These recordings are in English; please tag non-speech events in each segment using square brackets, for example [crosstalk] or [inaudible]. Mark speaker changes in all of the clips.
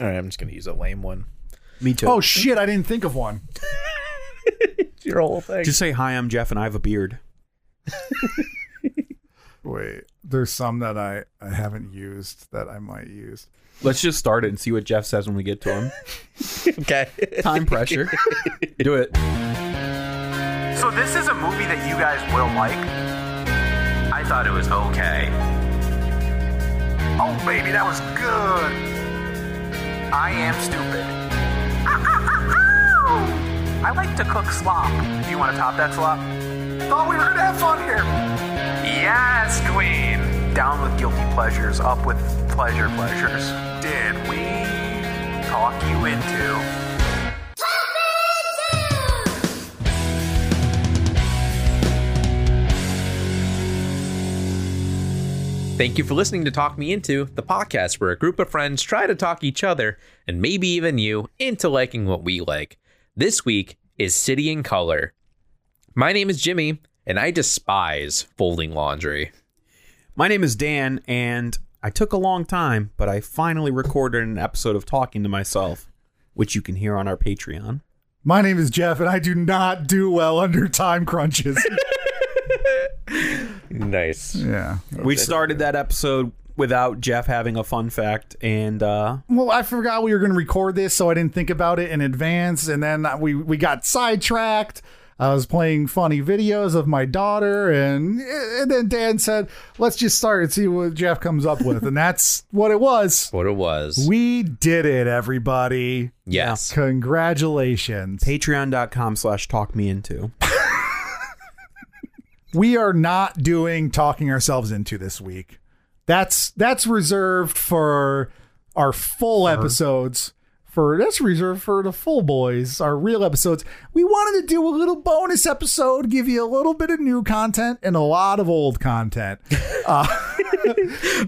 Speaker 1: All right, I'm just gonna use a lame one.
Speaker 2: Me too.
Speaker 3: Oh shit! I didn't think of one.
Speaker 1: Your whole thing.
Speaker 2: Just say hi. I'm Jeff, and I have a beard.
Speaker 3: Wait, there's some that I I haven't used that I might use.
Speaker 2: Let's just start it and see what Jeff says when we get to him.
Speaker 1: okay.
Speaker 2: [laughs] Time pressure. [laughs] Do it.
Speaker 4: So this is a movie that you guys will like. I thought it was okay. Oh baby, that was good. I am stupid. [laughs] I like to cook slop. Do you want to top that slop? Thought we were gonna have fun here. Yes, queen. Down with guilty pleasures, up with pleasure pleasures. Did we talk you into?
Speaker 1: [laughs] Thank you for listening to Talk Me Into, the podcast where a group of friends try to talk each other and maybe even you into liking what we like. This week is City in Color. My name is Jimmy, and I despise folding laundry.
Speaker 2: My name is Dan, and I took a long time, but I finally recorded an episode of Talking to Myself, which you can hear on our Patreon.
Speaker 3: My name is Jeff, and I do not do well under time [laughs] crunches.
Speaker 1: Nice.
Speaker 3: yeah.
Speaker 2: We started that episode without Jeff having a fun fact, and uh,
Speaker 3: Well, I forgot we were going to record this, so I didn't think about it in advance, and then we we got sidetracked. I was playing funny videos of my daughter, and and then Dan said, "Let's just start and see what Jeff comes up with," and that's what it was.
Speaker 1: What it was.
Speaker 3: We did it, everybody!
Speaker 1: yes.
Speaker 3: Congratulations.
Speaker 2: patreon.com slash talk me into.
Speaker 3: we are not doing talking ourselves into this week. That's that's reserved for our full episodes. For that's reserved for the full boys, our real episodes. We wanted to do a little bonus episode, give you a little bit of new content and a lot of old content.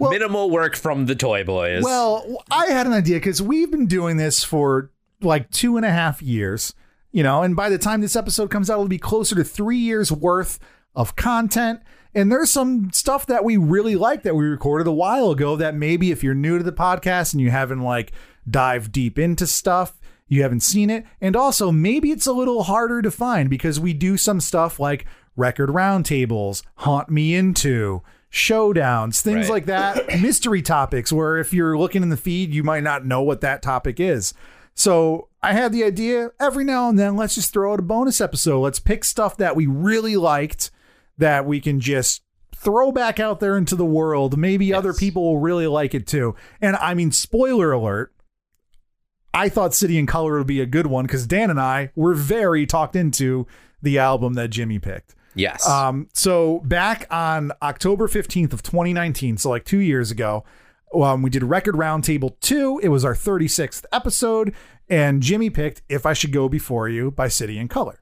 Speaker 1: Minimal work from the Toy Boys.
Speaker 3: Well, I had an idea because we've been doing this for like two and a half years, you know, and by the time this episode comes out, it'll be closer to three years worth of content. And there's some stuff that we really like that we recorded a while ago that maybe if you're new to the podcast and you haven't like dived deep into stuff, you haven't seen it. And also, maybe it's a little harder to find because we do some stuff like record roundtables, haunt me into, showdowns, things
Speaker 1: Right.
Speaker 3: like that, mystery topics where if you're looking in the feed, you might not know what that topic is. So I had the idea every now and then, let's just throw out a bonus episode. Let's pick stuff that we really liked that we can just throw back out there into the world. Maybe other people will really like it too. And I mean, spoiler alert, I thought City in Color would be a good one because Dan and I were very talked into the album that Jimmy picked.
Speaker 1: yes.
Speaker 3: Um, so back on October 15th of 2019, so like two years ago, um, we did Record Roundtable 2. It was our 36th episode, and Jimmy picked If I Should Go Before You by City in Color.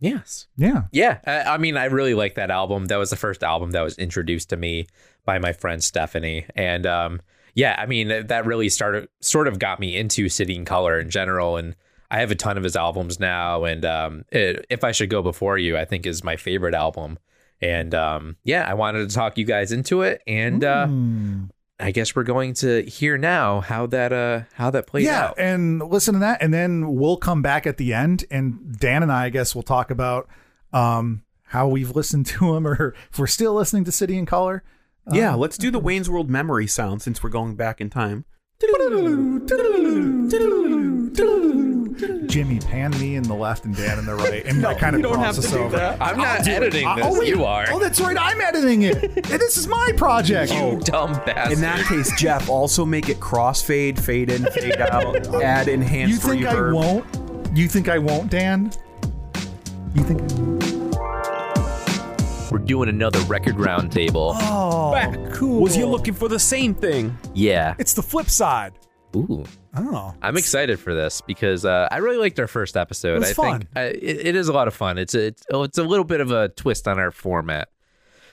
Speaker 1: yes.
Speaker 3: Yeah.
Speaker 1: Yeah, I, I mean, I really like that album. That was the first album that was introduced to me by my friend Stephanie, and um, yeah, I mean, that that really started sort of got me into City in Color in general, and I have a ton of his albums now. And um, it, if I should go before you, I think is my favorite album. And um, yeah, I wanted to talk you guys into it, and uh, I guess we're going to hear now how that uh, how that plays
Speaker 3: yeah,
Speaker 1: out.
Speaker 3: and listen to that, and then we'll come back at the end, and Dan and I, I guess, will talk about um, how we've listened to him, or if we're still listening to City in Color.
Speaker 2: yeah, let's do the Wayne's World memory sound since we're going back in time.
Speaker 3: Jimmy, pan me in the left and Dan in the right,
Speaker 1: [laughs]
Speaker 3: and that kind of crosses over.
Speaker 1: I'm not editing
Speaker 3: Uh,
Speaker 1: this.
Speaker 3: wait.
Speaker 1: you are.
Speaker 3: Oh, that's right. I'm editing it. And this is my project.
Speaker 1: you dumb bastard.
Speaker 2: In that case, Jeff, also make it crossfade, fade in,
Speaker 5: [laughs]
Speaker 2: fade out, add
Speaker 3: you
Speaker 2: enhanced
Speaker 3: think
Speaker 2: reverb.
Speaker 3: I won't? You think I won't, Dan? You think?
Speaker 1: We're doing another record roundtable.
Speaker 3: [gasps] Oh, cool.
Speaker 2: Was you looking for the same thing?
Speaker 1: Yeah.
Speaker 3: It's the flip side.
Speaker 1: Ooh.
Speaker 3: Oh,
Speaker 1: I'm excited for this because uh, I really liked our first episode.
Speaker 3: It was
Speaker 1: I
Speaker 3: fun.
Speaker 1: think I, it, it is a lot of fun. It's a, it's, oh, it's a little bit of a twist on our format.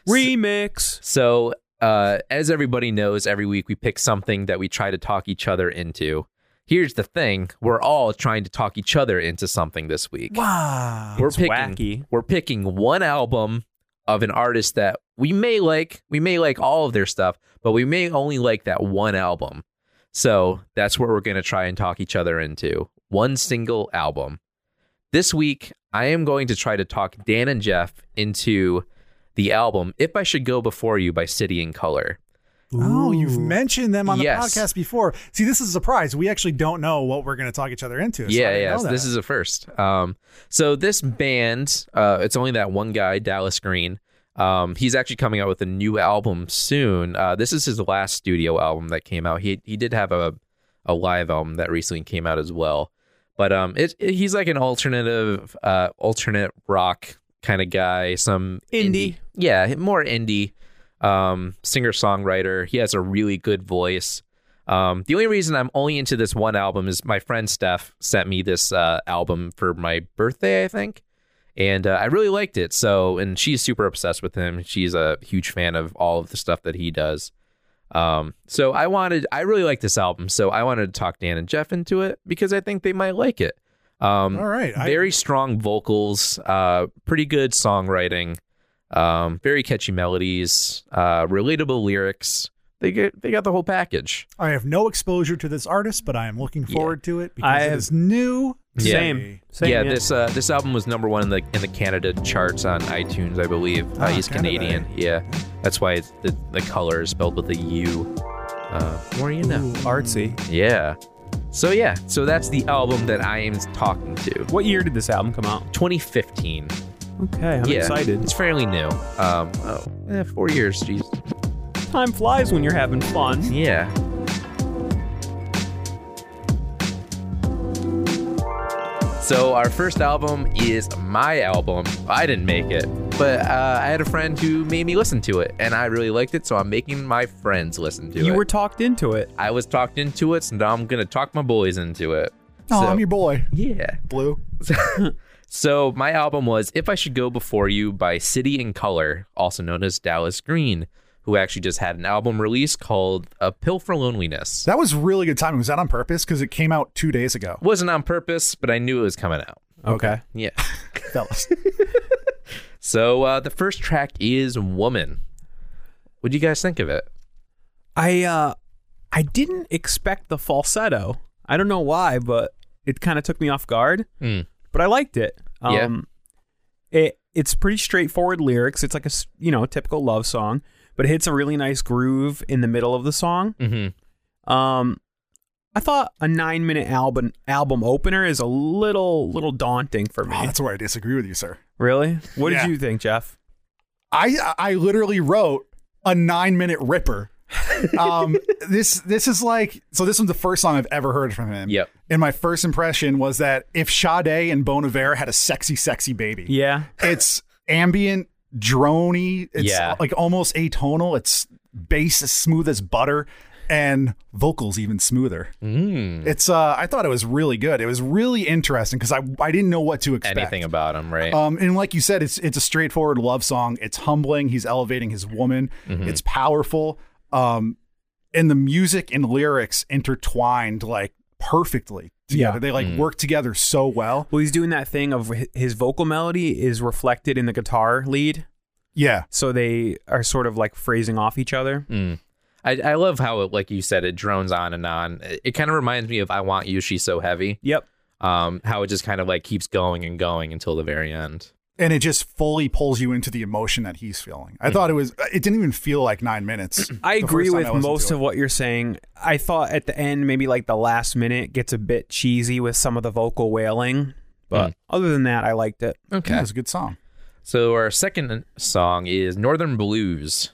Speaker 2: Remix.
Speaker 1: So, uh, as everybody knows, every week we pick something that we try to talk each other into. Here's the thing: we're all trying to talk each other into something this week.
Speaker 3: wow.
Speaker 1: we're
Speaker 2: It's
Speaker 1: picking
Speaker 2: wacky.
Speaker 1: we're picking one album of an artist that we may like we may like all of their stuff but we may only like that one album So that's what we're going to try and talk each other into one single album. This week, I am going to try to talk Dan and Jeff into the album If I Should Go Before You by City and Color.
Speaker 5: Oh, you've
Speaker 3: Ooh.
Speaker 5: mentioned them on the
Speaker 1: Yes.
Speaker 5: podcast before. See, this is a surprise. We actually don't know what we're going to talk each other into. so I
Speaker 1: yeah,
Speaker 5: didn't
Speaker 1: yeah.
Speaker 5: know
Speaker 1: so
Speaker 5: that.
Speaker 1: This is a first. Um, so this band, uh, it's only that one guy, Dallas Green. Um, he's actually coming out with a new album soon. Uh, this is his last studio album that came out. He he did have a a live album that recently came out as well. But um, it, it- he's like an alternative, uh, alternate rock kind of guy. Some
Speaker 2: Indie.
Speaker 1: yeah, more indie. Um, singer songwriter. He has a really good voice. Um, the only reason I'm only into this one album is my friend Steph sent me this uh, album for my birthday, I think, and uh, I really liked it. So, and she's super obsessed with him. She's a huge fan of all of the stuff that he does. Um, so I wanted, I really like this album, so I wanted to talk Dan and Jeff into it because I think they might like it. Um,
Speaker 5: All right. I-
Speaker 1: very strong vocals, uh, pretty good songwriting, um, very catchy melodies, uh, relatable lyrics. They get they got the whole package.
Speaker 5: I have no exposure to this artist, but I am looking forward to it because
Speaker 2: I
Speaker 5: it
Speaker 2: have-
Speaker 5: is new.
Speaker 1: Yeah.
Speaker 2: Same. Same.
Speaker 1: yeah, this uh, this album was number one in the in the Canada charts on iTunes, I believe. Uh,
Speaker 5: Ah,
Speaker 1: he's
Speaker 5: Canada.
Speaker 1: Canadian. Yeah, that's why it's the the color is spelled with a U. Uh, more you know.
Speaker 2: artsy.
Speaker 1: Yeah. So yeah, so that's the album that I am talking to.
Speaker 2: What year did this album come out?
Speaker 1: 2015.
Speaker 2: Okay, I'm
Speaker 1: yeah,
Speaker 2: excited.
Speaker 1: It's fairly new. Um, oh, eh, four years. Jeez.
Speaker 2: Time flies when you're having fun.
Speaker 1: Yeah. So our first album is my album. I didn't make it, but uh, I had a friend who made me listen to it, and I really liked it. So I'm making my friends listen to it.
Speaker 2: you were talked into it.
Speaker 1: I was talked into it, so now I'm gonna talk my boys into it.
Speaker 3: Oh,
Speaker 1: So-
Speaker 3: I'm your boy,
Speaker 1: yeah.
Speaker 3: Blue.
Speaker 1: So my album was If I Should Go Before You by City and Color, also known as Dallas Green, who actually just had an album release called A Pill for Loneliness.
Speaker 3: That was really good timing. Was that on purpose? Because it came out two days ago.
Speaker 1: wasn't on purpose, but I knew it was coming out.
Speaker 2: Okay.
Speaker 1: Yeah.
Speaker 3: Fellas.
Speaker 1: [laughs] So uh, the first track is Woman. What do you guys think of it?
Speaker 2: I uh I didn't expect the falsetto. I don't know why, but it kind of took me off guard.
Speaker 1: Mm.
Speaker 2: But I liked it.
Speaker 1: Yeah.
Speaker 2: Um it it's pretty straightforward lyrics. It's like a, s- you know, typical love song, but it hits a really nice groove in the middle of the song.
Speaker 1: Mm-hmm.
Speaker 2: Um I thought a 9-minute album album opener is a little little daunting for me.
Speaker 3: Oh, that's where I disagree with you, sir.
Speaker 2: really? What
Speaker 3: Yeah.
Speaker 2: did you think, Jeff?
Speaker 3: I I literally wrote a nine minute ripper. Um, this this is like so. This one's the first song I've ever heard from him.
Speaker 1: Yep.
Speaker 3: And my first impression was that if Sade and Bon Iver had a sexy, sexy baby,
Speaker 2: Yeah.
Speaker 3: it's ambient, drony. It's
Speaker 1: Yeah.
Speaker 3: like almost atonal. It's bass as smooth as butter, and vocals even smoother.
Speaker 1: Mm.
Speaker 3: It's uh, I thought it was really good. It was really interesting because I I didn't know what to expect.
Speaker 1: Anything about him, right?
Speaker 3: Um, and like you said, it's it's a straightforward love song. It's humbling. He's elevating his woman.
Speaker 1: Mm-hmm.
Speaker 3: It's powerful. Um, and the music and lyrics intertwined like perfectly together.
Speaker 2: Yeah.
Speaker 3: They
Speaker 1: Mm.
Speaker 3: like work together so well.
Speaker 2: Well, he's doing that thing of hi- his vocal melody is reflected in the guitar lead.
Speaker 3: Yeah.
Speaker 2: so they are sort of like phrasing off each other.
Speaker 1: Mm. I, I love how, it, like you said, it drones on and on. It, it kind of reminds me of I Want You, She's So Heavy.
Speaker 2: Yep.
Speaker 1: Um, how it just kind of like keeps going and going until the very end.
Speaker 3: And it just fully pulls you into the emotion that he's feeling. I thought it was it didn't even feel like nine minutes.
Speaker 2: I
Speaker 3: the
Speaker 2: agree
Speaker 3: first time
Speaker 2: with
Speaker 3: I listened
Speaker 2: most
Speaker 3: to
Speaker 2: of what you're saying. I thought at the end, maybe like the last minute gets a bit cheesy with some of the vocal wailing, but
Speaker 1: Mm.
Speaker 2: other than that, I liked it.
Speaker 3: Yeah, it was a good song.
Speaker 1: So our second song is Northern Blues.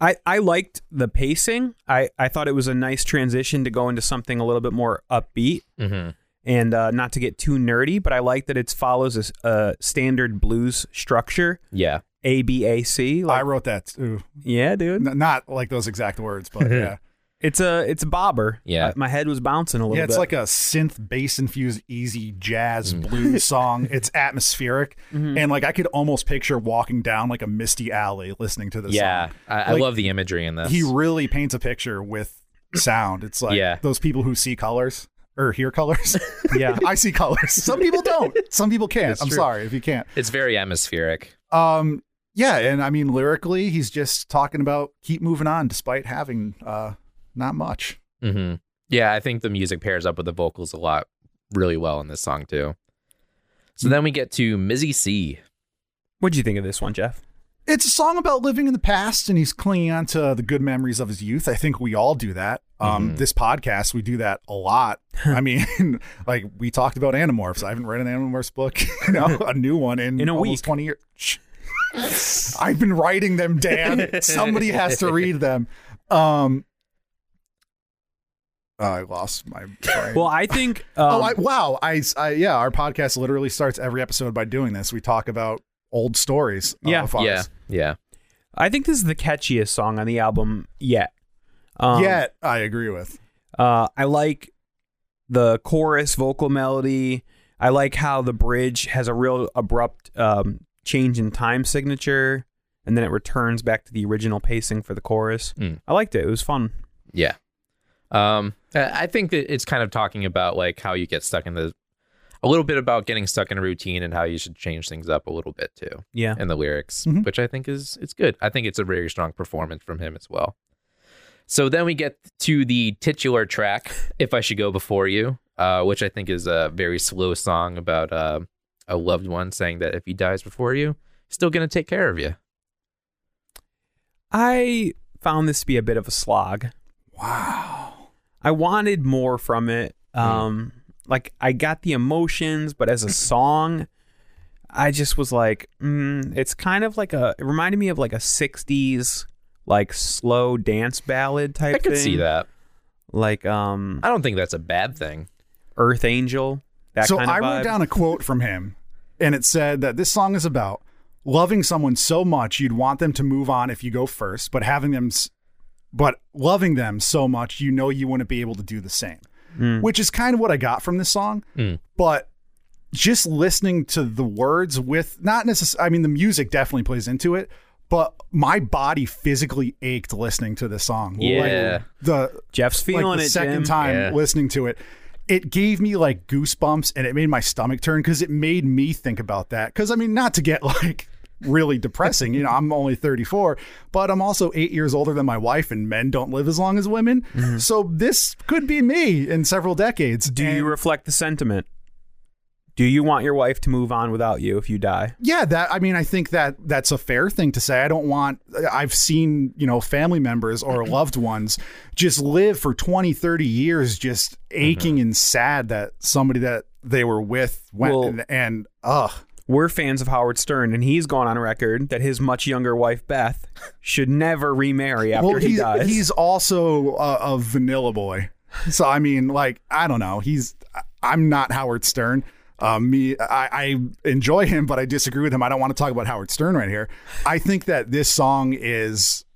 Speaker 2: I, I liked the pacing. I, I thought it was a nice transition to go into something a little bit more upbeat
Speaker 1: Mm-hmm.
Speaker 2: and uh, not to get too nerdy, but I like that it follows a, s- a standard blues structure,
Speaker 1: Yeah.
Speaker 2: A B A C.
Speaker 3: I
Speaker 2: Like,
Speaker 3: wrote that too.
Speaker 2: yeah, dude.
Speaker 3: N- not like those exact words, but yeah.
Speaker 2: It's a it's a bobber.
Speaker 1: Yeah.
Speaker 2: Uh, my head was bouncing a little
Speaker 3: Yeah, it's
Speaker 2: bit.
Speaker 3: like a synth bass infused easy jazz blues song. It's atmospheric, and like I could almost picture walking down like a misty alley listening to this.
Speaker 1: Yeah.
Speaker 3: song.
Speaker 1: I, I
Speaker 3: Like,
Speaker 1: love the imagery in this.
Speaker 3: He really paints a picture with sound. It's like
Speaker 1: Yeah.
Speaker 3: those people who see colors or hear colors.
Speaker 2: yeah.
Speaker 3: [laughs] I see colors. Some people don't. Some people can't.
Speaker 1: It's
Speaker 3: I'm
Speaker 1: true.
Speaker 3: sorry if you can't.
Speaker 1: it's very atmospheric.
Speaker 3: Um, yeah, and I mean lyrically, he's just talking about keep moving on despite having uh not much.
Speaker 1: hmm Yeah, I think the music pairs up with the vocals a lot really well in this song too. So then we get to Mizzy C.
Speaker 2: What'd you think of this one, Jeff?
Speaker 3: It's a song about living in the past, and he's clinging on to the good memories of his youth. I think we all do that. Um,
Speaker 2: Mm-hmm.
Speaker 3: This podcast, we do that
Speaker 2: [laughs]
Speaker 3: a lot. I mean, [laughs] like we talked about Animorphs. I haven't read an Animorphs book, [laughs] you know, a new one in,
Speaker 2: In a
Speaker 3: almost
Speaker 2: week.
Speaker 3: twenty years.
Speaker 2: [laughs]
Speaker 3: Shh. I've been writing them, Dan. Somebody has to read them. Um, oh, I lost my brain.
Speaker 2: Well, I think. [laughs] Um,
Speaker 3: oh, I, wow! I, I- yeah, our podcast literally starts every episode by doing this. We talk about old stories. uh,
Speaker 2: Yeah.
Speaker 3: of ours.
Speaker 1: Yeah, yeah.
Speaker 2: I think this is the catchiest song on the album yet. Um,
Speaker 3: Yet I agree with.
Speaker 2: Uh, I like the chorus vocal melody. I like how the bridge has a real abrupt um, change in time signature, and then it returns back to the original pacing for the chorus.
Speaker 1: Mm.
Speaker 2: I liked it. It was fun.
Speaker 1: Yeah. Um, I I think that it's kind of talking about like how you get stuck in the, a little bit about getting stuck in a routine and how you should change things up a little bit too.
Speaker 2: Yeah. Mm-hmm.
Speaker 1: in the lyrics,
Speaker 3: Mhm.
Speaker 1: which I think is it's good. I think it's a very strong performance from him as well. So then we get to the titular track, "If I Should Go Before You," uh, which I think is a very slow song about uh, a loved one saying that if he dies before you, he's still gonna take care of you.
Speaker 2: I found this to be a bit of a slog.
Speaker 3: Wow. Hmm.
Speaker 2: I wanted more from it. Um, Like I got the emotions, but
Speaker 3: [laughs]
Speaker 2: as a song, I just was like, mm, it's kind of like a. It reminded me of like a '60s like slow dance ballad type.
Speaker 1: I could see
Speaker 2: thing.
Speaker 1: that.
Speaker 2: Like um,
Speaker 1: I don't think that's a bad thing.
Speaker 2: Earth Angel. That
Speaker 3: so
Speaker 2: kind of
Speaker 3: I wrote
Speaker 2: vibe.
Speaker 3: down a quote from him, and it said that this song is about loving someone so much you'd want them to move on if you go first, but having them, s- but loving them so much you know you wouldn't be able to do the same,
Speaker 2: Hmm.
Speaker 3: which is kind of what I got from this song. But just listening to the words with not necessarily, I mean, the music definitely plays into it. But my body physically ached listening to this song.
Speaker 1: Yeah.
Speaker 3: Like the
Speaker 2: Jeff's feeling
Speaker 3: like the
Speaker 2: it.
Speaker 3: second
Speaker 2: Jim.
Speaker 3: time
Speaker 1: Yeah.
Speaker 3: listening to it it gave me like goosebumps and it made my stomach turn because it made me think about that because i mean not to get [laughs] like really depressing you know i'm only 34 but i'm also eight years older than my wife and men don't live as long as women so this could be me in several decades
Speaker 2: Mm-hmm. Do you
Speaker 3: And-
Speaker 2: reflect the sentiment? Do you want your wife to move on without you if you die?
Speaker 3: yeah that i mean i think that that's a fair thing to say i don't want i've seen you know family members or loved ones just live for 20 30 years just aching and sad that somebody that they were with went
Speaker 2: Well-
Speaker 3: and, and ugh
Speaker 2: We're fans of Howard Stern, and he's gone on record that his much younger wife Beth should never remarry after
Speaker 3: well
Speaker 2: he,
Speaker 3: he's,
Speaker 2: dies.
Speaker 3: he's also a, a vanilla boy so i mean like i don't know he's I- i'm not howard stern uh, me I, I enjoy him but i disagree with him i don't want to talk about howard stern right here i think that this song is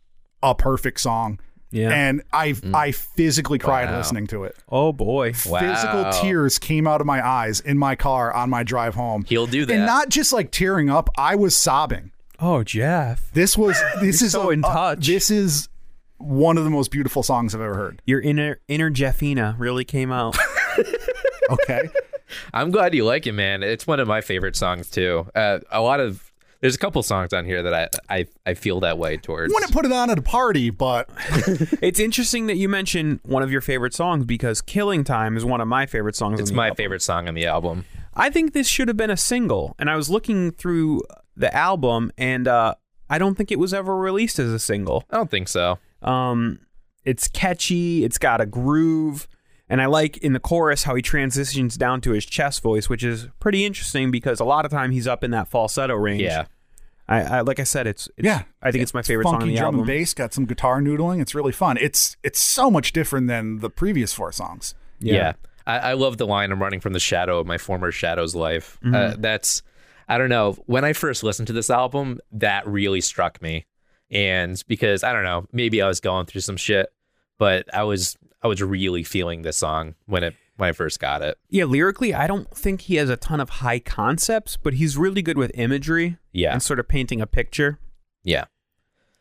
Speaker 3: a perfect song
Speaker 2: yeah. Mm.
Speaker 3: and I I physically cried
Speaker 1: Wow.
Speaker 3: listening to it.
Speaker 2: oh boy.
Speaker 1: Wow.
Speaker 3: Physical tears came out of my eyes in my car on my drive home.
Speaker 1: He'll do that.
Speaker 3: And not just like tearing up, I was sobbing.
Speaker 2: Oh Jeff,
Speaker 3: This was
Speaker 2: [laughs]
Speaker 3: this
Speaker 2: You're
Speaker 3: is
Speaker 2: so
Speaker 3: a-
Speaker 2: in
Speaker 3: a-
Speaker 2: touch.
Speaker 3: this is one of the most beautiful songs I've ever heard.
Speaker 2: your inner inner Jeffina really came
Speaker 3: [laughs]
Speaker 2: out. [laughs]
Speaker 3: Okay.
Speaker 1: I'm glad you like it, man. It's one of my favorite songs too. Uh, a lot of there's a couple songs on here that I I, I feel that way towards.
Speaker 3: Wouldn't put it on at a party, but
Speaker 2: it's interesting that you mention one of your favorite songs because "Killing Time" is one of my favorite songs.
Speaker 1: It's
Speaker 2: on the
Speaker 1: my
Speaker 2: album.
Speaker 1: favorite song on the album.
Speaker 2: I think this should have been a single. And I was looking through the album, and uh, I don't think it was ever released as a single.
Speaker 1: I don't think so.
Speaker 2: Um, it's catchy, it's got a groove, and I like in the chorus how he transitions down to his chest voice, which is pretty interesting because a lot of time he's up in that falsetto range.
Speaker 1: Yeah.
Speaker 2: I, I like I said, it's, it's
Speaker 3: Yeah.
Speaker 2: I think it's my favorite song on
Speaker 3: funky
Speaker 2: the
Speaker 3: drum
Speaker 2: album.
Speaker 3: and bass, got some guitar noodling. It's really fun. It's it's so much different than the previous four songs.
Speaker 1: Yeah. I, I love the line I'm running from the shadow of my former shadow's life. Uh,
Speaker 3: Mm-hmm.
Speaker 1: that's, I don't know. When I first listened to this album, that really struck me. And because I don't know, maybe I was going through some shit, but I was, I was really feeling this song when it, when I first got it.
Speaker 2: Yeah, lyrically, I don't think he has a ton of high concepts, but he's really good with imagery
Speaker 1: Yeah.
Speaker 2: and sort of painting a picture.
Speaker 1: Yeah.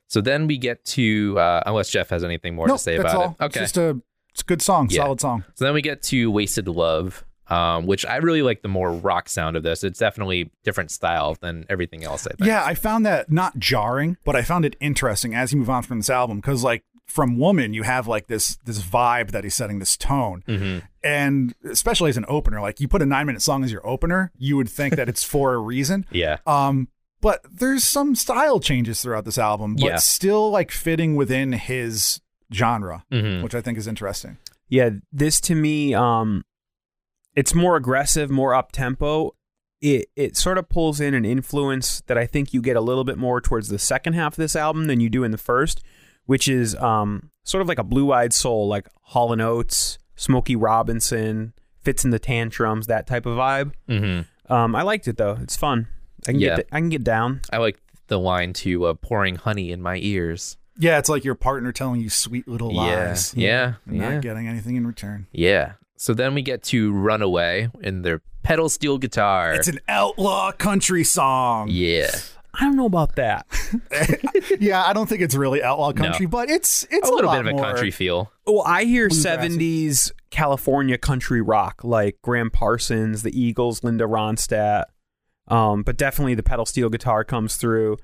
Speaker 1: So then we get to, uh, unless Jeff has anything more
Speaker 3: no,
Speaker 1: to say
Speaker 3: that's
Speaker 1: about
Speaker 3: all.
Speaker 1: it.
Speaker 3: It's
Speaker 1: Okay.
Speaker 3: just a it's a good song,
Speaker 1: Yeah.
Speaker 3: solid song.
Speaker 1: So then we get to Wasted Love, um, which I really like the more rock sound of this. It's definitely different style than everything else, I think.
Speaker 3: Yeah, I found that not jarring, but I found it interesting as you move on from this album because, like, from woman you have like this this vibe that he's setting this tone
Speaker 1: Mm-hmm.
Speaker 3: and especially as an opener like you put a nine minute song as your opener you would think that it's for a reason
Speaker 1: Yeah.
Speaker 3: um but there's some style changes throughout this album but
Speaker 1: Yeah.
Speaker 3: still like fitting within his genre
Speaker 1: Mhm.
Speaker 3: which i think is interesting
Speaker 2: yeah this to me um it's more aggressive more up tempo it it sort of pulls in an influence that i think you get a little bit more towards the second half of this album than you do in the first which is um sort of like a blue-eyed soul like hall and oates smokey robinson fits in the tantrums that type of vibe
Speaker 1: Mhm.
Speaker 2: um i liked it though it's fun i can
Speaker 1: Yeah.
Speaker 2: get i can get down
Speaker 1: I like the line to uh, pouring honey in my ears.
Speaker 3: yeah it's like your partner telling you sweet little lies
Speaker 1: Yeah.
Speaker 3: and
Speaker 1: Yeah. Yeah.
Speaker 3: not getting anything in return
Speaker 1: yeah. So then we get to Runaway and their pedal steel guitar.
Speaker 3: it's an outlaw country song
Speaker 1: Er. yeah.
Speaker 2: i don't know about that
Speaker 3: [laughs]
Speaker 2: [laughs]
Speaker 3: yeah i don't think it's really outlaw country but it's it's
Speaker 1: a
Speaker 3: a,
Speaker 1: little
Speaker 3: lot
Speaker 1: bit of a
Speaker 3: more-
Speaker 1: country feel.
Speaker 2: Well, I hear
Speaker 3: Bluegrassy.
Speaker 2: seventies California country rock like Graham Parsons, the Eagles, Linda Ronstadt. Um, but definitely the pedal steel guitar comes through.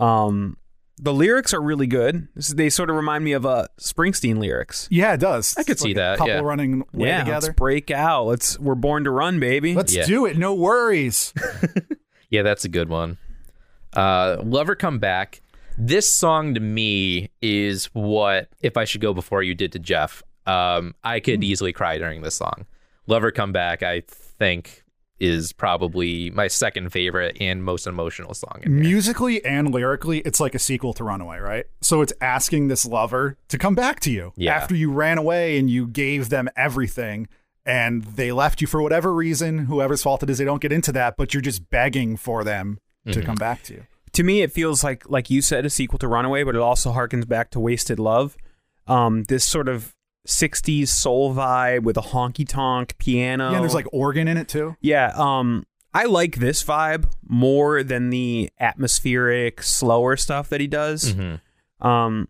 Speaker 2: Um, the lyrics are really good. This- They sort of remind me of uh, Springsteen lyrics.
Speaker 3: yeah it does
Speaker 1: I could
Speaker 3: It's
Speaker 1: see
Speaker 3: like
Speaker 1: that,
Speaker 3: a couple
Speaker 1: yeah.
Speaker 3: running way
Speaker 2: yeah,
Speaker 3: together
Speaker 2: let's break out. Let's we're born to run, baby.
Speaker 3: Let's
Speaker 1: Yeah.
Speaker 3: do it. No worries.
Speaker 1: Yeah, that's a good one. Uh, Lover Come Back. This song to me is what If I Should Go Before You did to Jeff. Um, I could
Speaker 3: Hmm.
Speaker 1: easily cry during this song. Lover Come Back, I think, is probably my second favorite and most emotional song. In here.
Speaker 3: Musically and lyrically, it's like a sequel to Runaway, right? So it's asking this lover to come back to you
Speaker 1: Yeah.
Speaker 3: after you ran away and you gave them everything and they left you for whatever reason. Whoever's fault it is, they don't get into that, but you're just begging for them to come back to you.
Speaker 2: to me it feels like like you said a sequel to runaway but it also harkens back to wasted love um this sort of 60s soul vibe with a honky tonk piano
Speaker 3: Yeah, and there's like organ in it too.
Speaker 2: yeah um i like this vibe more than the atmospheric slower stuff that he does
Speaker 1: Mhm.
Speaker 3: Mm-hmm.
Speaker 2: um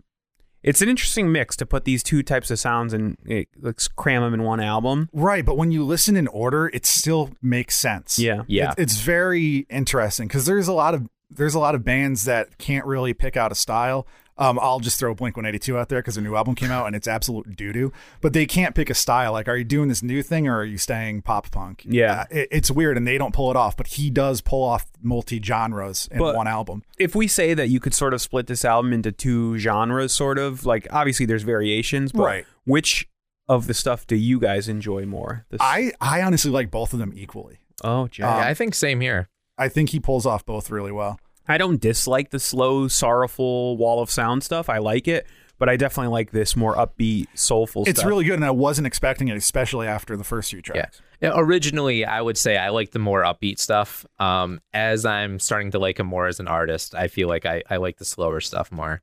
Speaker 2: it's an interesting mix to put these two types of sounds and it, like cram them in one album
Speaker 3: Right, but when you listen in order, it still makes sense.
Speaker 2: yeah
Speaker 1: Yeah.
Speaker 3: It- it's very interesting because there's a lot of there's a lot of bands that can't really pick out a style. Um, I'll just throw Blink 182 out there because their new album came out and it's absolute doo doo. But they can't pick a style. Like, are you doing this new thing or are you staying pop punk?
Speaker 2: Yeah.
Speaker 3: Uh, it- it's weird and they don't pull it off. But he does pull off multi genres in
Speaker 2: But-
Speaker 3: one album.
Speaker 2: if we say that you could sort of split this album into two genres, sort of like obviously there's variations, but
Speaker 3: Right.
Speaker 2: which of the stuff do you guys enjoy more? This,
Speaker 3: I I honestly like both of them equally.
Speaker 2: oh, Jack.
Speaker 3: Ah.
Speaker 1: Yeah, I think same here.
Speaker 3: I think he pulls off both really well.
Speaker 2: I don't dislike the slow, sorrowful wall of sound stuff. I like it, but I definitely like this more upbeat, soulful.
Speaker 3: It's
Speaker 2: stuff.
Speaker 3: really good, and I wasn't expecting it, especially after the first few tracks.
Speaker 1: Yeah. Yeah, Originally, I would say I like the more upbeat stuff. Um, as I'm starting to like him more as an artist, I feel like I, I like the slower stuff more.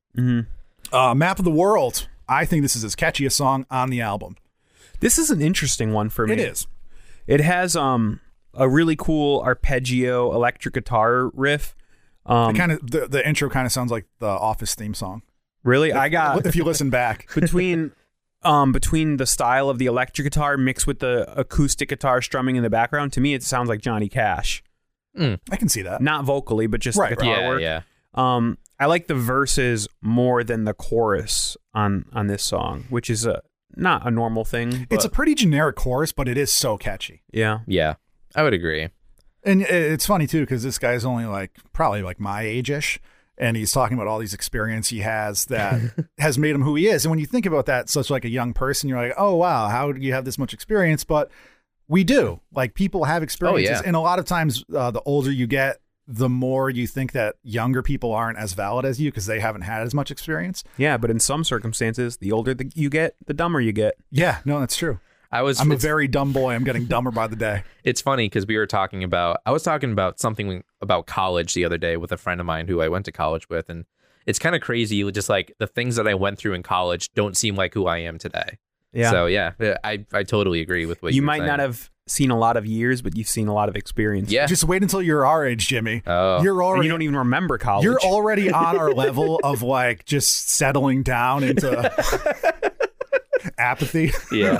Speaker 3: Uh, Map of the World. I think this is as catchy a song on the album.
Speaker 2: This is an interesting one for me.
Speaker 3: It is.
Speaker 2: It has um a really cool arpeggio electric guitar riff. Um,
Speaker 3: kind of the, the intro kind of sounds like the Office theme song.
Speaker 2: really, I
Speaker 3: [laughs]
Speaker 2: got
Speaker 3: if you listen back,
Speaker 2: between um between the style of the electric guitar mixed with the acoustic guitar strumming in the background to me it sounds like Johnny Cash
Speaker 3: I can see that.
Speaker 2: not vocally but just
Speaker 3: Right,
Speaker 2: the
Speaker 3: right.
Speaker 2: guitar
Speaker 1: yeah,
Speaker 2: work
Speaker 1: yeah.
Speaker 2: um I like the verses more than the chorus on on this song which is a not a normal thing
Speaker 3: It's a
Speaker 2: but-
Speaker 3: pretty generic chorus, but it is so catchy.
Speaker 2: yeah
Speaker 1: Yeah. I would agree.
Speaker 3: And i- it's funny too because this guy's only like probably like my age ish, and he's talking about all these experience he has that
Speaker 1: [laughs]
Speaker 3: has made him who he is. And when you think about that, such like a young person, you're like, oh wow, how do you have this much experience? But we do. Like people have experiences,
Speaker 1: Oh, yeah.
Speaker 3: and a lot of times, uh, the older you get, the more you think that younger people aren't as valid as you because they haven't had as much experience.
Speaker 2: yeah but in some circumstances the older the, you get the dumber you get
Speaker 3: Yeah, no, that's true.
Speaker 1: I was
Speaker 3: I'm a
Speaker 1: it's-
Speaker 3: very dumb boy. I'm getting dumber by the
Speaker 1: [laughs]
Speaker 3: day.
Speaker 1: it's funny because we were talking about I was talking about something about college the other day with a friend of mine who I went to college with, and it's kind of crazy. Just like the things that I went through in college don't seem like who I am today.
Speaker 2: yeah
Speaker 1: So yeah, I I totally agree with what
Speaker 2: you
Speaker 1: were
Speaker 2: might
Speaker 1: saying.
Speaker 2: not have seen a lot of years but you've seen a lot of experience
Speaker 1: Yeah.
Speaker 3: Just wait until you're our age, Jimmy.
Speaker 1: Oh.
Speaker 3: You're
Speaker 2: and
Speaker 3: already
Speaker 2: you don't even remember college
Speaker 3: you're
Speaker 2: [laughs]
Speaker 3: already on our level of like
Speaker 2: [laughs]
Speaker 3: just settling down into apathy.
Speaker 1: yeah.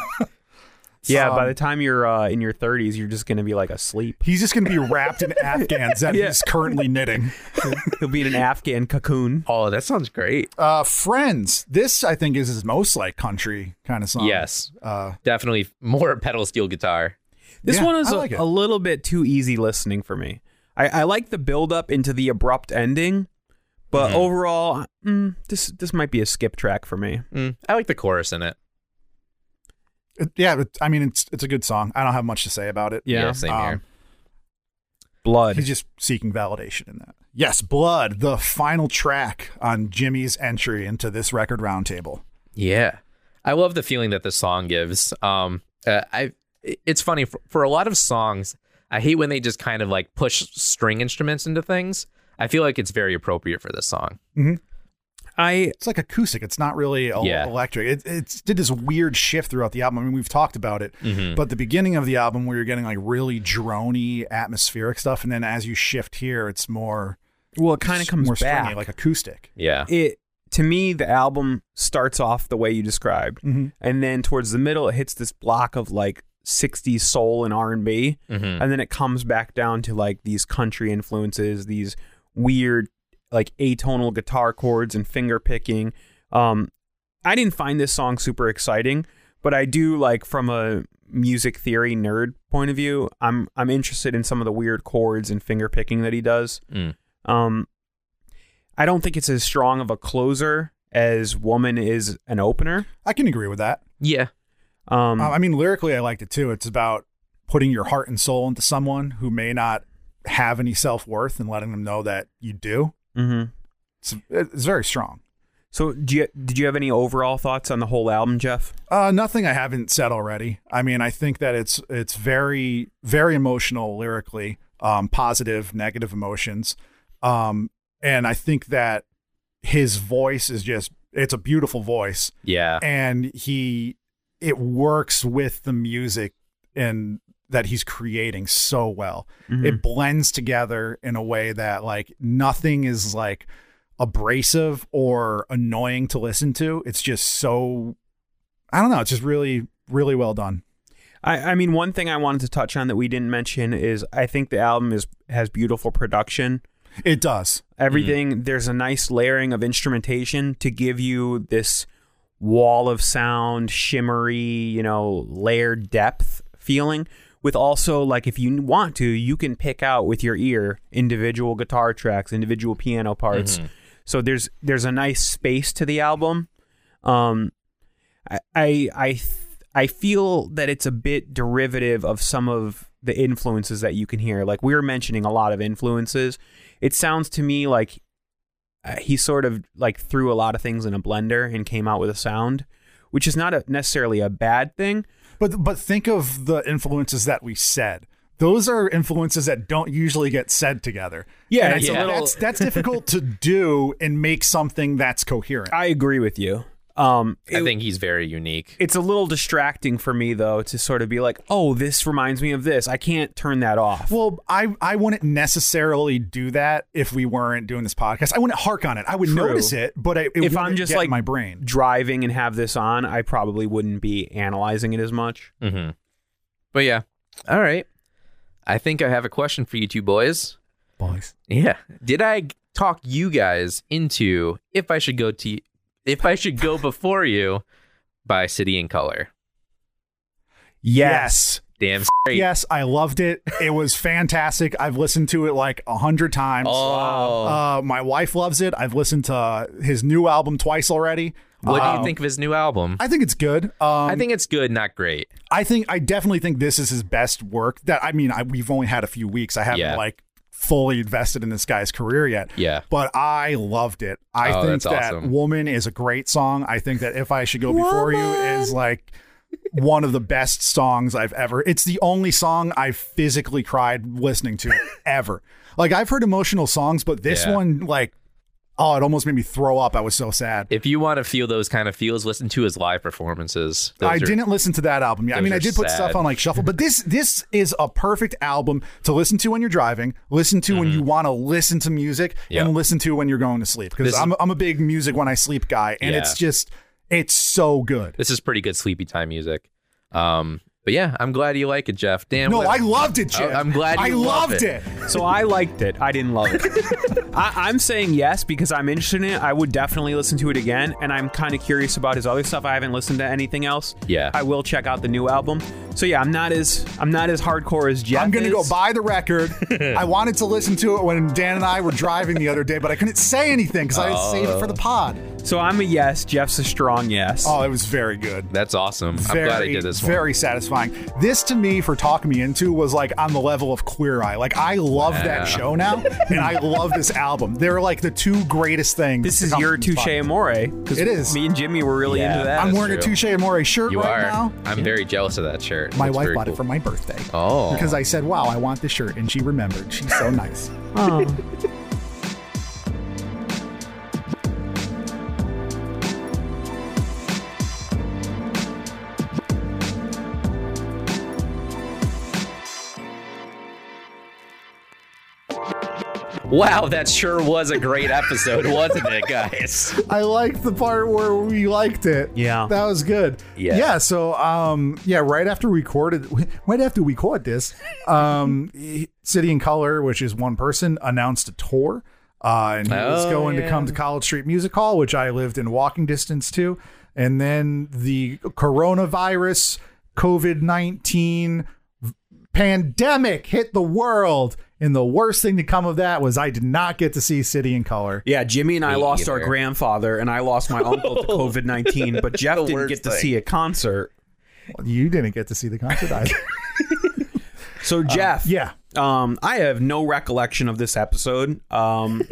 Speaker 2: Yeah,
Speaker 3: Um,
Speaker 2: by the time you're uh, in your 30s, you're just going to be like [laughs] asleep.
Speaker 3: He's just going to be wrapped in afghans that he's currently knitting.
Speaker 2: You'll be in an Afghan cocoon.
Speaker 1: Oh, that sounds great.
Speaker 3: Uh, Friends. This I think is his most like country kind of song.
Speaker 1: yes,
Speaker 3: Uh,
Speaker 1: definitely [laughs] more pedal steel guitar.
Speaker 2: This
Speaker 3: Yeah,
Speaker 2: one is
Speaker 3: I
Speaker 2: a
Speaker 3: like it.
Speaker 2: a little bit too easy listening for me. I, I like the build up into the abrupt ending, but
Speaker 1: Mm-hmm.
Speaker 2: overall, mm, this this might be a skip track for me.
Speaker 1: Mm, I like the chorus in it.
Speaker 3: it- yeah. But, I mean, it's it's a good song. I don't have much to say about it.
Speaker 2: Yeah.
Speaker 1: same
Speaker 3: Um,
Speaker 1: here.
Speaker 2: Blood.
Speaker 3: He's just seeking validation in that. Yes, Blood, the final track on Jimmy's entry into this record roundtable.
Speaker 1: Yeah, I love the feeling that the song gives. Um, uh, I it's funny for, for a lot of songs. I hate when they just kind of like push string instruments into things. I feel like it's very appropriate for this song.
Speaker 2: I
Speaker 3: It's like acoustic. It's not really el-
Speaker 1: Yeah.
Speaker 3: electric. It it's, did this weird shift throughout the album. I mean, we've talked about it, but the beginning of the album where you're getting like really drony atmospheric stuff, and then as you shift here, it's more
Speaker 2: well, it kind of comes
Speaker 3: more
Speaker 2: back.
Speaker 3: stringy, like acoustic.
Speaker 1: Yeah,
Speaker 2: it to me the album starts off the way you described
Speaker 3: Mm-hmm.
Speaker 2: and then towards the middle it hits this block of like 60s soul and r&b
Speaker 1: Hmm. Mm-hmm.
Speaker 2: and then it comes back down to like these country influences these weird like atonal guitar chords and finger picking um i didn't find this song super exciting but i do like from a music theory nerd point of view i'm i'm interested in some of the weird chords and finger picking that he does
Speaker 1: Mm.
Speaker 2: um, I don't think it's as strong of a closer as Woman is an opener.
Speaker 3: I can agree with that.
Speaker 1: yeah.
Speaker 2: Um,
Speaker 3: Um, I mean, lyrically, I liked it too. It's about putting your heart and soul into someone who may not have any self worth and letting them know that you do.
Speaker 2: mhm.
Speaker 3: It's, it's very strong.
Speaker 2: So, do you, did you have any overall thoughts on the whole album, Jeff?
Speaker 3: Uh, nothing I haven't said already. I mean, I think that it's it's very very emotional lyrically, um, positive, negative emotions, um, and I think that his voice is just it's a beautiful voice,
Speaker 1: Yeah.
Speaker 3: and he it works with the music and that he's creating so well.
Speaker 2: Hmm.
Speaker 3: It blends together in a way that like nothing is like abrasive or annoying to listen to. It's just so I don't know, it's just really really well done.
Speaker 2: I, I mean, one thing I wanted to touch on that we didn't mention is I think the album is has beautiful production.
Speaker 3: It does.
Speaker 2: Everything there's a nice layering of instrumentation to give you this wall of sound, shimmery, you know, layered depth feeling. With also like if you want to, you can pick out with your ear individual guitar tracks, individual piano parts. So there's there's a nice space to the album. Um, I I I, th- I feel that it's a bit derivative of some of the influences that you can hear. Like we were mentioning a lot of influences. It sounds to me like uh, he sort of like threw a lot of things in a blender and came out with a sound, which is not a, necessarily a bad thing.
Speaker 3: But but think of the influences that we said. Those are influences that don't usually get said together.
Speaker 2: Yeah,
Speaker 3: And it's
Speaker 1: yeah.
Speaker 3: that's that's difficult to do and make something that's coherent.
Speaker 2: I agree with you. Um,
Speaker 1: I
Speaker 2: it-
Speaker 1: think he's very unique.
Speaker 2: it's a little distracting for me though to sort of be like, oh, this reminds me of this. I can't turn that off.
Speaker 3: Well, I I wouldn't necessarily do that if we weren't doing this podcast. I wouldn't hark on it. I would
Speaker 2: True.
Speaker 3: notice it, but I, it
Speaker 2: if I'm
Speaker 3: wouldn't
Speaker 2: just
Speaker 3: get in
Speaker 2: like
Speaker 3: my brain.
Speaker 2: driving and have this on, I probably wouldn't be analyzing it as much.
Speaker 1: Mm-hmm. But yeah, all right. I think I have a question for you two boys.
Speaker 6: Boys.
Speaker 1: Yeah. Did I g- talk you guys into if I should go to if I should go before you by City and Color?
Speaker 3: Yes.
Speaker 1: Damn
Speaker 3: yes,
Speaker 1: straight.
Speaker 3: I loved it. It was fantastic. I've listened to it like a hundred times.
Speaker 1: Oh.
Speaker 3: Uh, my wife loves it. I've listened to his new album twice already.
Speaker 1: What do
Speaker 3: Um,
Speaker 1: you think of his new album?
Speaker 3: I think it's good. Um, I
Speaker 1: I
Speaker 3: think
Speaker 1: think it's good, not great.
Speaker 3: I think I definitely think this is his best work. That I mean, I, we've only had a few weeks. I haven't
Speaker 1: Yeah.
Speaker 3: like fully invested in this guy's career yet.
Speaker 1: Yeah.
Speaker 3: but I loved it. I
Speaker 1: Oh, that's
Speaker 3: think that
Speaker 1: awesome.
Speaker 3: Woman is a great song. I think that If I Should Go Before You is like one of the best songs I've ever. It's the only song I physically cried listening
Speaker 1: [laughs]
Speaker 3: to ever. Like I've heard emotional songs, but this
Speaker 1: Yeah.
Speaker 3: one like oh, it almost made me throw up. I was so sad.
Speaker 1: If you want to feel those kind of feels, listen to his live performances. Those
Speaker 3: I
Speaker 1: are-
Speaker 3: didn't listen to that album. yet. I
Speaker 1: those
Speaker 3: mean, I
Speaker 1: are
Speaker 3: did put stuff
Speaker 1: sad.
Speaker 3: on like shuffle, but this this is a perfect album to listen to when you're driving, listen to when you want to listen to music,
Speaker 1: Mm-hmm. Yeah.
Speaker 3: and listen to when you're going to sleep. Because
Speaker 1: This-
Speaker 3: I'm I'm a big music when I sleep guy, and
Speaker 1: Yeah.
Speaker 3: it's just it's so good.
Speaker 1: This is pretty good sleepy time music. Um, But yeah, I'm glad you like it, Jeff. Damn.
Speaker 3: No,
Speaker 1: what-
Speaker 3: I loved it,
Speaker 1: I-
Speaker 3: Chip.
Speaker 1: I'm glad you
Speaker 3: I
Speaker 1: love
Speaker 3: loved
Speaker 1: it.
Speaker 3: it.
Speaker 2: So I liked it. I didn't love
Speaker 1: [laughs]
Speaker 2: it. I, I'm saying yes because I'm interested in it. I would definitely listen to it again, and I'm kind of curious about his other stuff. I haven't listened to anything else.
Speaker 1: Yeah.
Speaker 2: I will check out the new album. So yeah, I'm not as I'm not as hardcore as Jeff.
Speaker 3: I'm gonna go
Speaker 2: is.
Speaker 3: buy the record.
Speaker 1: [laughs]
Speaker 3: I wanted to listen to it when Dan and I were driving the other day, but I couldn't say anything because I had saved it for
Speaker 1: Oh.
Speaker 3: the pod.
Speaker 2: So I'm a yes. Jeff's a strong yes.
Speaker 3: Oh, it was very good.
Speaker 1: That's awesome.
Speaker 3: very,
Speaker 1: I'm glad I did this one.
Speaker 3: very satisfying. This to me for talking me into was like on the level of Queer Eye. Like I love
Speaker 1: Wow.
Speaker 3: that show now, and I love this album. They're like the two greatest things.
Speaker 2: this
Speaker 3: to
Speaker 2: is
Speaker 3: come
Speaker 2: your
Speaker 3: from
Speaker 2: touche
Speaker 3: Spotify.
Speaker 2: amore. It
Speaker 3: It is.
Speaker 2: Me and Jimmy were really
Speaker 1: Yeah.
Speaker 2: into that.
Speaker 3: I'm
Speaker 1: That's
Speaker 3: wearing a
Speaker 1: true.
Speaker 3: Touche Amore shirt
Speaker 1: You
Speaker 3: right
Speaker 1: are.
Speaker 3: now.
Speaker 1: I'm very jealous of that shirt.
Speaker 3: My
Speaker 1: It's
Speaker 3: wife
Speaker 1: very
Speaker 3: bought
Speaker 1: cool.
Speaker 3: it for my birthday.
Speaker 1: Oh.
Speaker 3: Because I said, wow, I want this shirt. And she remembered. She's so nice.
Speaker 1: Wow, that sure was a great episode, wasn't it,
Speaker 3: [laughs]
Speaker 1: guys?
Speaker 3: I liked the part where we liked it.
Speaker 2: Yeah.
Speaker 3: That was good.
Speaker 1: Yeah.
Speaker 3: Yeah. So, um, yeah, right after we recorded, [laughs] right after we caught this, um, [laughs] City in Color, which is one person, announced a tour. Uh, and he was
Speaker 1: Oh,
Speaker 3: going
Speaker 1: yeah.
Speaker 3: to come to College Street Music Hall, which I lived in walking distance to. And then the coronavirus, COVID 19 pandemic hit the world. And the worst thing to come of that was I did not get to see City in Color.
Speaker 2: Yeah, Jimmy and I
Speaker 1: Me
Speaker 2: lost our
Speaker 1: either.
Speaker 2: grandfather, and I lost my uncle
Speaker 1: [laughs]
Speaker 2: to COVID nineteen. But Jeff
Speaker 1: The
Speaker 2: didn't
Speaker 1: worst
Speaker 2: get to
Speaker 1: thing.
Speaker 2: see a concert.
Speaker 3: You didn't get to see the concert either.
Speaker 2: So Jeff,
Speaker 3: Uh, yeah.
Speaker 2: um, I have no recollection of this episode. Um,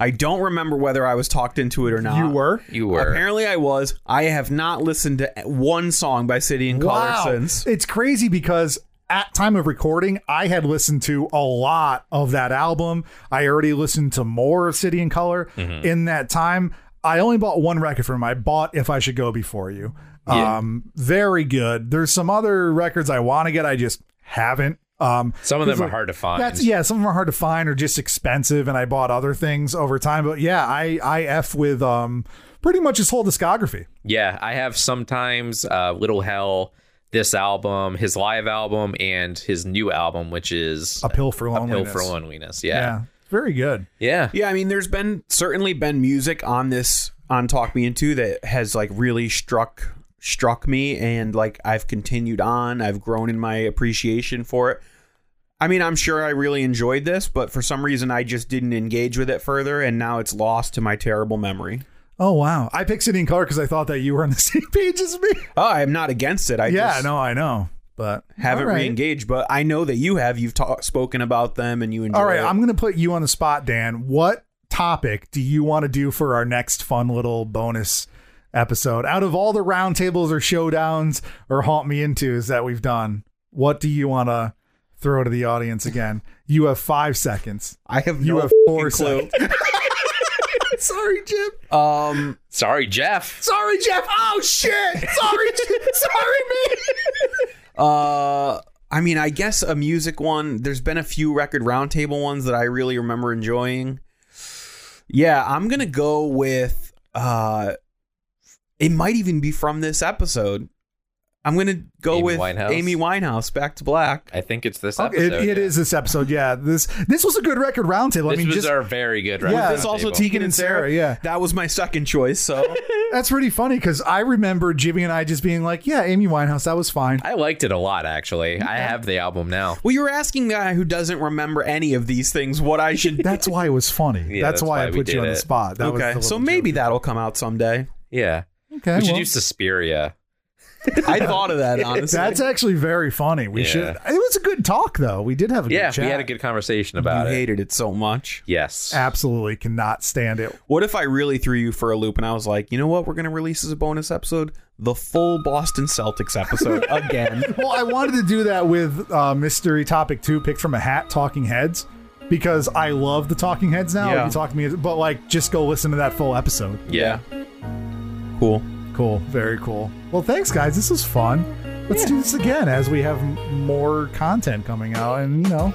Speaker 2: I don't remember whether I was talked into it or not.
Speaker 3: You were?
Speaker 1: You were.
Speaker 2: Apparently, I was. I have not listened to one song by City and Color since.
Speaker 3: It's crazy because at time of recording, I had listened to a lot of that album. I already listened to more of City and Color in that time. I only bought one record from him. I bought If I Should Go Before You.
Speaker 1: Yeah.
Speaker 3: Um, very good. There's some other records I want to get. I just haven't. Um,
Speaker 1: Some of them
Speaker 3: [laughs]
Speaker 1: are hard to find.
Speaker 3: that's yeah. Some of them are hard to find or just expensive, and I bought other things over time. But yeah, I I f with um pretty much his whole discography.
Speaker 1: Yeah, I have sometimes uh, Little Hell, this album, his live album, and his new album, which is
Speaker 3: A pill for
Speaker 1: Pill
Speaker 3: loneliness.
Speaker 1: for Loneliness.
Speaker 3: Yeah,
Speaker 1: Yeah.
Speaker 3: very good.
Speaker 1: Yeah.
Speaker 2: Yeah, I mean, there's been certainly been music on this on Talk Me Into that has like really struck struck me, and like I've continued on. I've grown in my appreciation for it. I mean, I'm sure I really enjoyed this, but for some reason, I just didn't engage with it further, and now it's lost to my terrible memory.
Speaker 3: Oh wow! I picked City and Color because I thought that you were on the [laughs] same page as me.
Speaker 2: Oh, I'm not against it. I
Speaker 3: yeah,
Speaker 2: just
Speaker 3: no, I know, but
Speaker 2: haven't
Speaker 3: all right.
Speaker 2: re-engaged, but I know that you have. You've ta- spoken about them, and you enjoy.
Speaker 3: All right,
Speaker 2: it.
Speaker 3: I'm gonna put you on the spot, Dan. What topic do you want to do for our next fun little bonus episode? Out of all the roundtables or showdowns or haunt me intos that we've done, what do you want to throw to the audience again? You have five seconds.
Speaker 2: I have
Speaker 3: You
Speaker 2: no
Speaker 3: have four
Speaker 2: clue.
Speaker 3: seconds. [laughs] Sorry, Jim.
Speaker 2: um.
Speaker 1: Sorry, Jeff.
Speaker 3: Sorry, Jeff. Oh shit. Sorry, [laughs] Jim. sorry, me.
Speaker 2: Uh, I mean, I guess a music one. There's been a few record roundtable ones that I really remember enjoying. Yeah, I'm gonna go with. Uh, it might even be from this episode. I'm gonna go
Speaker 1: Amy
Speaker 2: with
Speaker 1: Winehouse?
Speaker 2: Amy Winehouse, Back to Black.
Speaker 1: I think it's this
Speaker 3: Okay, it-
Speaker 1: episode.
Speaker 3: it
Speaker 1: yeah.
Speaker 3: is this episode. Yeah, this this was a good record roundtable.
Speaker 1: This
Speaker 3: I mean,
Speaker 1: was
Speaker 3: just
Speaker 1: our very good
Speaker 3: Yeah,
Speaker 1: record.
Speaker 3: this
Speaker 2: also
Speaker 1: table.
Speaker 2: T-
Speaker 3: Tegan and Sarah. Yeah,
Speaker 2: That was my second choice,
Speaker 3: [laughs]
Speaker 2: so
Speaker 3: that's really funny because I remember Jimmy and I just being like, "Yeah, Amy Winehouse, that was fine."
Speaker 1: I liked it a lot, actually. I have the album now.
Speaker 2: well, you were asking the guy who doesn't remember any of these things what I should.
Speaker 3: That's why it was funny.
Speaker 1: [laughs] Yeah,
Speaker 3: that's,
Speaker 1: that's
Speaker 3: why,
Speaker 1: why
Speaker 3: I
Speaker 1: we
Speaker 3: put you
Speaker 1: did
Speaker 3: on the
Speaker 1: it.
Speaker 3: spot. That was the
Speaker 2: okay,
Speaker 3: little
Speaker 2: so
Speaker 3: joke.
Speaker 2: maybe that'll come out someday.
Speaker 1: Yeah.
Speaker 3: okay,
Speaker 1: we should
Speaker 3: well,
Speaker 1: do Suspiria.
Speaker 2: [laughs] I thought of that honestly.
Speaker 3: [laughs] that's actually very funny. We
Speaker 1: Yeah.
Speaker 3: should. It was a good talk though. We did have a
Speaker 1: Yeah,
Speaker 3: good chat.
Speaker 1: we had a good conversation
Speaker 2: you
Speaker 1: about it.
Speaker 2: hated it so much.
Speaker 1: Yes.
Speaker 3: Absolutely cannot stand it.
Speaker 2: What if I really threw you for a loop and I was like, you know what, we're going to release as a bonus episode the full Boston Celtics episode
Speaker 3: [laughs]
Speaker 2: again?
Speaker 3: Well, I wanted to do that with uh, mystery topic two, picked from a hat, Talking Heads, because I love the Talking Heads now.
Speaker 2: Yeah.
Speaker 3: You talk to me, but like, just go listen to that full episode.
Speaker 1: Yeah.
Speaker 2: Cool.
Speaker 3: Cool. Very cool. Well, thanks, guys. This was fun. Let's do this again as we have m- more content coming out. And, you know,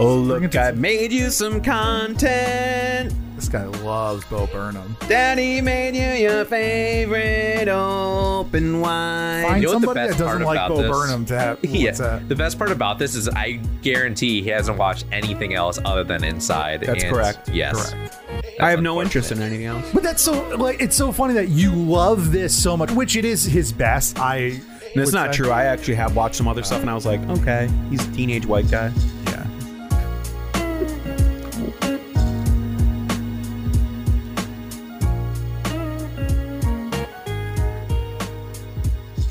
Speaker 2: Oh,
Speaker 3: Bring it
Speaker 2: look,
Speaker 3: to-
Speaker 2: I made you some content.
Speaker 3: This guy loves Bo Burnham.
Speaker 2: Daddy made you your favorite open wine.
Speaker 3: Find
Speaker 1: know what the
Speaker 3: somebody that
Speaker 1: best part
Speaker 3: doesn't like
Speaker 1: about
Speaker 3: Bo
Speaker 1: this-
Speaker 3: Burnham
Speaker 1: [laughs]
Speaker 3: to have.
Speaker 1: Yeah.
Speaker 3: what's that?
Speaker 1: The best part about this is I guarantee he hasn't watched anything else other than Inside.
Speaker 3: That's
Speaker 1: and
Speaker 3: correct.
Speaker 1: Yes. That's
Speaker 2: I have no interest in
Speaker 1: unfortunate.
Speaker 2: anything else.
Speaker 6: But that's so like it's so funny that you love this so much, which it is his best. I
Speaker 2: And it's
Speaker 6: would
Speaker 2: not
Speaker 6: say.
Speaker 2: true. I actually have watched some other stuff, and I was like, okay, he's a teenage white guy.
Speaker 3: Yeah.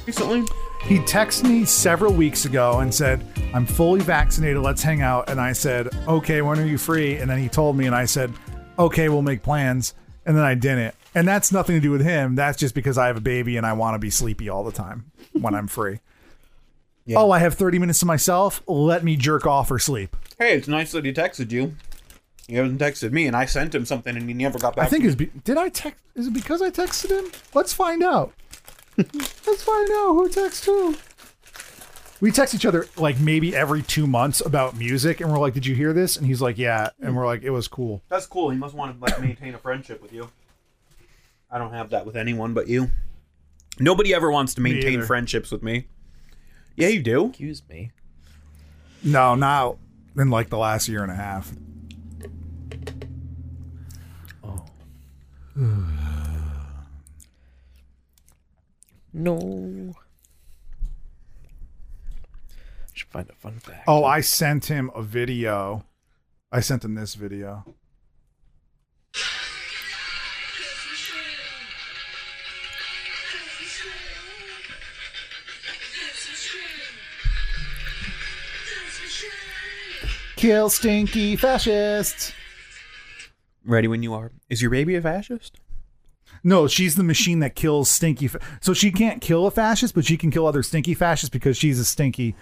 Speaker 2: Recently,
Speaker 3: He texted me several weeks ago and said, I'm fully vaccinated. Let's hang out. And I said, okay, when are you free? And then he told me, and I said, okay, we'll make plans. And then I didn't. And that's nothing to do with him. That's just because I have a baby and I want to be sleepy all the time when I'm free. Oh, I have 30 minutes to myself. Let me jerk off or sleep.
Speaker 2: hey, it's nice that he texted you. He hasn't texted me, and I sent him something, and he never got back.
Speaker 3: I think it's be- did I text? Is it because I texted him? Let's find out. Let's find out who texts who. We text each other like maybe every two months about music, and we're like, "Did you hear this?" And he's like, "Yeah," and we're like, "It was cool."
Speaker 2: That's cool. He must want to like maintain a friendship with you. I don't have that with anyone but you. Nobody ever wants to maintain
Speaker 3: either.
Speaker 2: friendships with me. Yeah, you do.
Speaker 1: Excuse me.
Speaker 3: No, not in like the last year and a half.
Speaker 1: [sighs] No. Should find a fun fact.
Speaker 3: Oh, I sent him a video. I sent him this video. Kill stinky fascists.
Speaker 2: Ready when you are. Is your baby a fascist?
Speaker 3: No, she's the machine that kills stinky. Fa- so she can't kill a fascist, but she can kill other stinky fascists because she's a stinky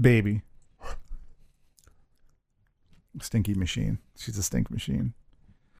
Speaker 3: baby. Stinky machine. She's a stink machine.